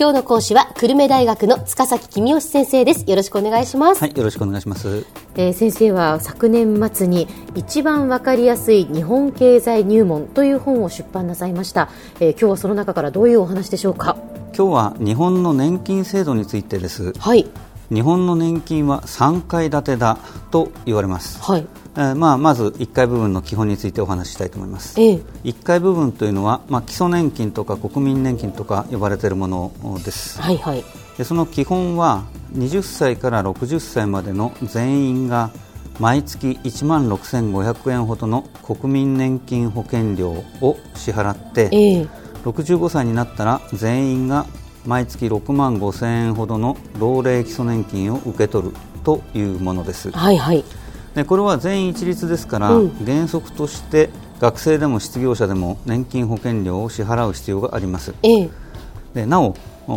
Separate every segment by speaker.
Speaker 1: 今日の講師は久留米大学の塚崎君吉先生ですよろしくお願いします、
Speaker 2: はい、よろしくお願いします。
Speaker 1: えー先生は昨年末に一番わかりやすい日本経済入門という本を出版なさいました、えー今日はその中からどういうお話でしょうか
Speaker 2: 今日は日本の年金制度についてです。
Speaker 1: はい
Speaker 2: 日本の年金は3階建てだと言われます。
Speaker 1: はい
Speaker 2: えーまあ、まず1階部分の基本についてお話ししたいと思います。
Speaker 1: ええ
Speaker 2: 1階部分というのは、まあ、基礎年金とか国民年金とか呼ばれているものです
Speaker 1: はいはい
Speaker 2: でその基本は20歳から60歳までの全員が毎月1万6500円ほどの国民年金保険料を支払って、
Speaker 1: ええ
Speaker 2: 65歳になったら全員が毎月6万5000円ほどの老齢基礎年金を受け取るというものです
Speaker 1: はいはい
Speaker 2: でこれは全員一律ですから、
Speaker 1: うん
Speaker 2: 原則として学生でも失業者でも年金保険料を支払う必要があります
Speaker 1: ええ
Speaker 2: でなお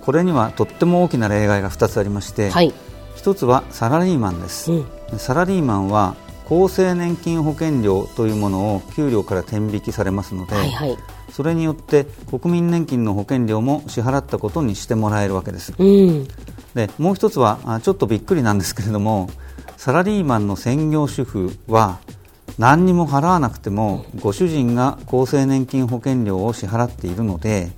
Speaker 2: これにはとっても大きな例外が2つありまして、
Speaker 1: はい
Speaker 2: 1つはサラリーマンです、
Speaker 1: うん
Speaker 2: サラリーマンは厚生年金保険料というものを給料から転引きされますので、
Speaker 1: はいはい
Speaker 2: それによって国民年金の保険料も支払ったことにしてもらえるわけです
Speaker 1: うん
Speaker 2: でもう一つはあちょっとびっくりなんですけれどもサラリーマンの専業主婦は何にも払わなくてもご主人が厚生年金保険料を支払っているので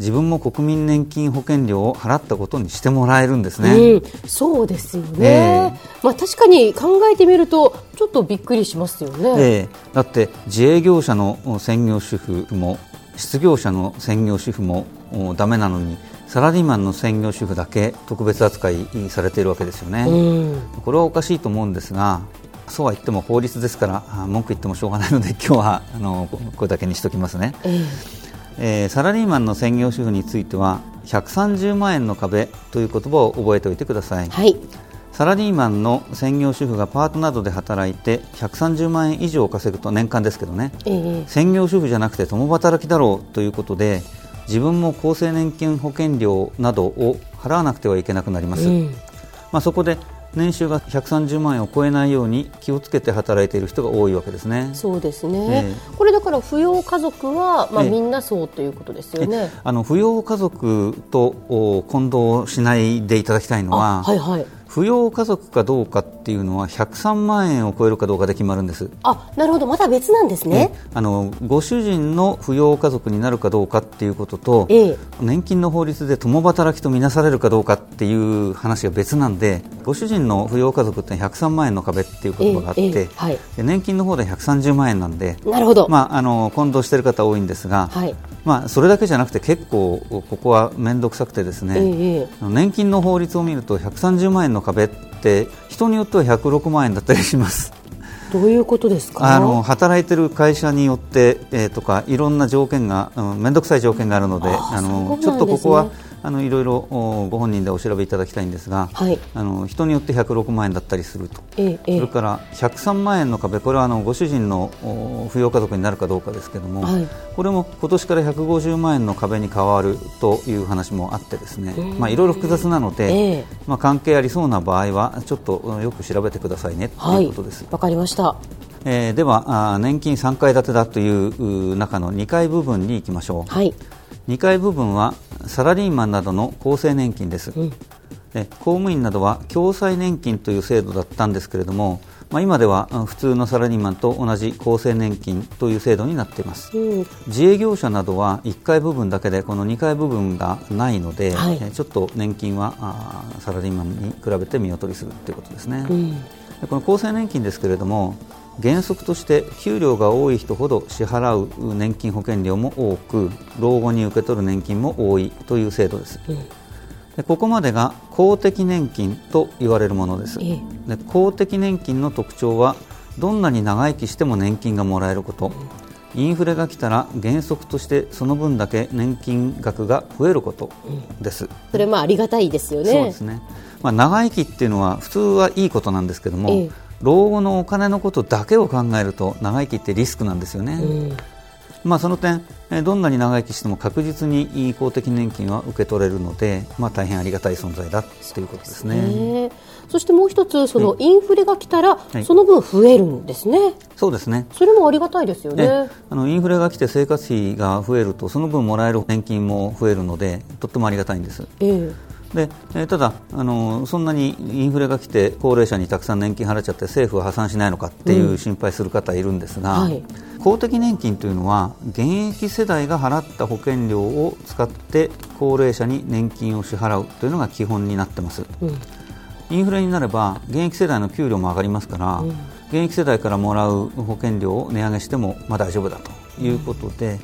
Speaker 2: 自分も国民年金保険料を払ったことにしてもらえるんですね、
Speaker 1: うん、そうですよね、
Speaker 2: え
Speaker 1: まあ、確かに考えてみるとちょっとびっくりしますよね、
Speaker 2: ええだって自営業者の専業主婦も失業者の専業主婦もおダメなのにサラリーマンの専業主婦だけ特別扱いされているわけですよね、
Speaker 1: うん
Speaker 2: これはおかしいと思うんですがそうは言っても法律ですからあ文句言ってもしょうがないので 今日はあのここれだけにしときますね、
Speaker 1: ええ
Speaker 2: えーサラリーマンの専業主婦については130万円の壁という言葉を覚えておいてください
Speaker 1: はい
Speaker 2: サラリーマンの専業主婦がパートなどで働いて130万円以上稼ぐと年間ですけどね
Speaker 1: ええ
Speaker 2: 専業主婦じゃなくて共働きだろうということで自分も厚生年金保険料などを払わなくてはいけなくなります、
Speaker 1: うん
Speaker 2: まあ、そこで年収が130万円を超えないように気をつけて働いている人が多いわけですね。
Speaker 1: そうですね、
Speaker 2: え
Speaker 1: これだから扶養家族は、まあ、
Speaker 2: ええ
Speaker 1: みんなそうということですよね。
Speaker 2: あの扶養家族とお混同しないでいただきたいのは、
Speaker 1: あはいはい
Speaker 2: 扶養家族かどうかっていうのは103万円を超えるかどうかで決まるんです。
Speaker 1: あなるほどまた別なんですね。
Speaker 2: あのご主人の扶養家族になるかどうかっていうことと、
Speaker 1: ええ
Speaker 2: 年金の法律で共働きとみなされるかどうかっていう話が別なんでご主人の扶養家族って103万円の壁っていう言葉があって、
Speaker 1: ええええはい
Speaker 2: で年金の方で130万円なんで、
Speaker 1: なるほど、
Speaker 2: まあ、あの混同している方多いんですが、
Speaker 1: はい
Speaker 2: まあ、それだけじゃなくて結構ここは面倒くさくてですね、
Speaker 1: ええええ
Speaker 2: あの年金の法律を見ると130万円の壁って人によっては106万円だったりします。
Speaker 1: どういうことですか
Speaker 2: あの働いてる会社によって、えーとかいろんな条件が面倒、めんどくさい条件があるので
Speaker 1: あー
Speaker 2: あ
Speaker 1: そうなん
Speaker 2: の
Speaker 1: ですね
Speaker 2: ちょっとここはあのいろいろおご本人でお調べいただきたいんですが、
Speaker 1: はい
Speaker 2: あの人によって106万円だったりすると。
Speaker 1: えええ
Speaker 2: そ
Speaker 1: え
Speaker 2: れから103万円の壁、これはあのご主人のお扶養家族になるかどうかですけども、
Speaker 1: はい
Speaker 2: これも今年から150万円の壁に変わるという話もあって、ですね
Speaker 1: うん
Speaker 2: まあいろいろ複雑なので、
Speaker 1: ええ
Speaker 2: まあ、関係ありそうな場合は、ちょっとうんよく調べてくださいねと
Speaker 1: はいいう
Speaker 2: ことです。
Speaker 1: わかりました
Speaker 2: えーではあー年金3階建てだといううー中の2階部分に行きましょう、
Speaker 1: はい
Speaker 2: 2階部分はサラリーマンなどの厚生年金です、
Speaker 1: うん
Speaker 2: で公務員などは共済年金という制度だったんですけれども、まあ、今ではあ普通のサラリーマンと同じ厚生年金という制度になっています
Speaker 1: うん
Speaker 2: 自営業者などは1階部分だけでこの2階部分がないので、
Speaker 1: はい
Speaker 2: えーちょっと年金はあーサラリーマンに比べて見劣りするということですね、
Speaker 1: うん
Speaker 2: でこの厚生年金ですけれども原則として給料が多い人ほど支払う年金保険料も多く老後に受け取る年金も多いという制度です
Speaker 1: うん
Speaker 2: でここまでが公的年金と言われるものです
Speaker 1: ええ
Speaker 2: で公的年金の特徴はどんなに長生きしても年金がもらえることインフレが来たら原則としてその分だけ年金額が増えることです、
Speaker 1: それまあありがたいですよね
Speaker 2: そうですね、まあ、長生きっていうのは普通はいいことなんですけども、
Speaker 1: ええ
Speaker 2: 老後のお金のことだけを考えると長生きってリスクなんですよね、
Speaker 1: うん
Speaker 2: まあ、その点、えーどんなに長生きしても確実に公的年金は受け取れるので、まあ、大変ありがたい存在だということですね。
Speaker 1: ねえそしてもう一つそのインフレが来たら、
Speaker 2: い
Speaker 1: その分増えるんですね
Speaker 2: そうですね
Speaker 1: それもありがたいですよね
Speaker 2: であのインフレが来て生活費が増えるとその分もらえる年金も増えるのでとってもありがたいんです
Speaker 1: ええ
Speaker 2: で、えーただあの、そんなにインフレが来て高齢者にたくさん年金払っちゃって政府は破産しないのかっていう心配する方いるんですが、
Speaker 1: はい
Speaker 2: 公的年金というのは現役世代が払った保険料を使って高齢者に年金を支払うというのが基本になってます。
Speaker 1: うん
Speaker 2: インフレになれば現役世代の給料も上がりますから、現役世代からもらう保険料を値上げしてもまあ大丈夫だということで、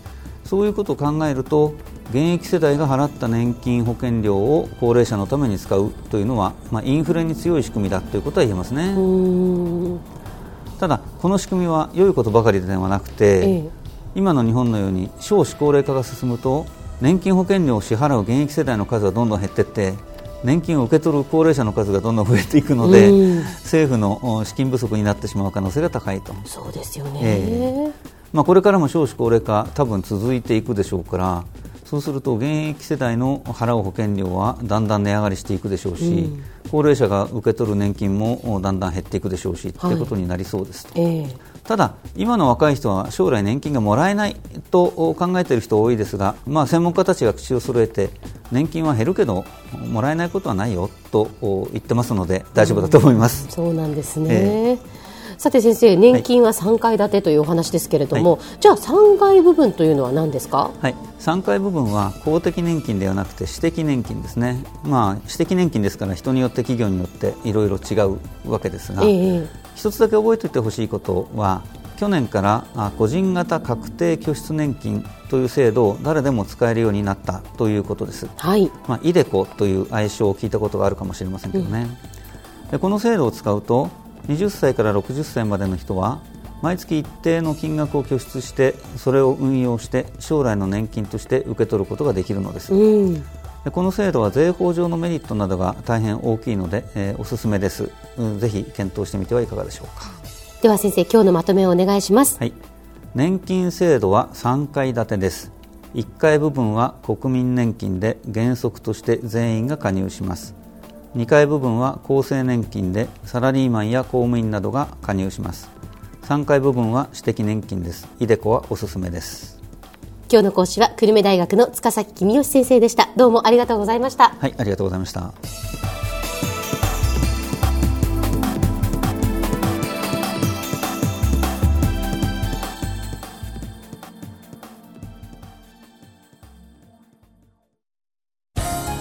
Speaker 2: そういうことを考えると現役世代が払った年金保険料を高齢者のために使うというのは、まあ、インフレに強い仕組みだということは言えますね、
Speaker 1: うーん
Speaker 2: ただこの仕組みは良いことばかりではなくて、
Speaker 1: ええ
Speaker 2: 今の日本のように少子高齢化が進むと年金保険料を支払う現役世代の数はどんどん減っていって年金を受け取る高齢者の数がどんどん増えていくので
Speaker 1: うん
Speaker 2: 政府のお資金不足になってしまう可能性が高いと、
Speaker 1: そうですよね、
Speaker 2: えまあ、これからも少子高齢化多分続いていくでしょうからそうすると現役世代の払う保険料はだんだん値上がりしていくでしょうし、高齢者が受け取る年金もおだんだん減っていくでしょうし、ということになりそうですと。
Speaker 1: ええ
Speaker 2: ただ、今の若い人は将来年金がもらえないと考えている人多いですが、まあ、専門家たちが口を揃えて年金は減るけどもらえないことはないよとお言ってますので大丈夫だと思います。
Speaker 1: そうなんですね、さて先生年金は3階建てというお話ですけれども、じゃあ3階部分というのは何ですか
Speaker 2: はい、3階部分は公的年金ではなくて私的年金ですね、まあ、私的年金ですから人によって企業によっていろいろ違うわけですが、
Speaker 1: ええ
Speaker 2: 一つだけ覚えておいてほしいことは去年からあ個人型確定拠出年金という制度を誰でも使えるようになったということです、
Speaker 1: はい
Speaker 2: まあ、イデコという愛称を聞いたことがあるかもしれませんけどね、でこの制度を使うと20歳から60歳までの人は毎月一定の金額を拠出してそれを運用して将来の年金として受け取ることができるのです、
Speaker 1: うん
Speaker 2: でこの制度は税法上のメリットなどが大変大きいので、えーおすすめです、うんぜひ検討してみてはいかがでしょうか
Speaker 1: では先生今日のまとめをお願いします、
Speaker 2: はい、年金制度は3階建てです1階部分は国民年金で原則として全員が加入します2階部分は厚生年金でサラリーマンや公務員などが加入します3階部分は私的年金ですイデコはおすすめです
Speaker 1: 今日の講師は久留米大学の塚崎君吉先生でしたどうもありがとうございました
Speaker 2: はいありがとうございました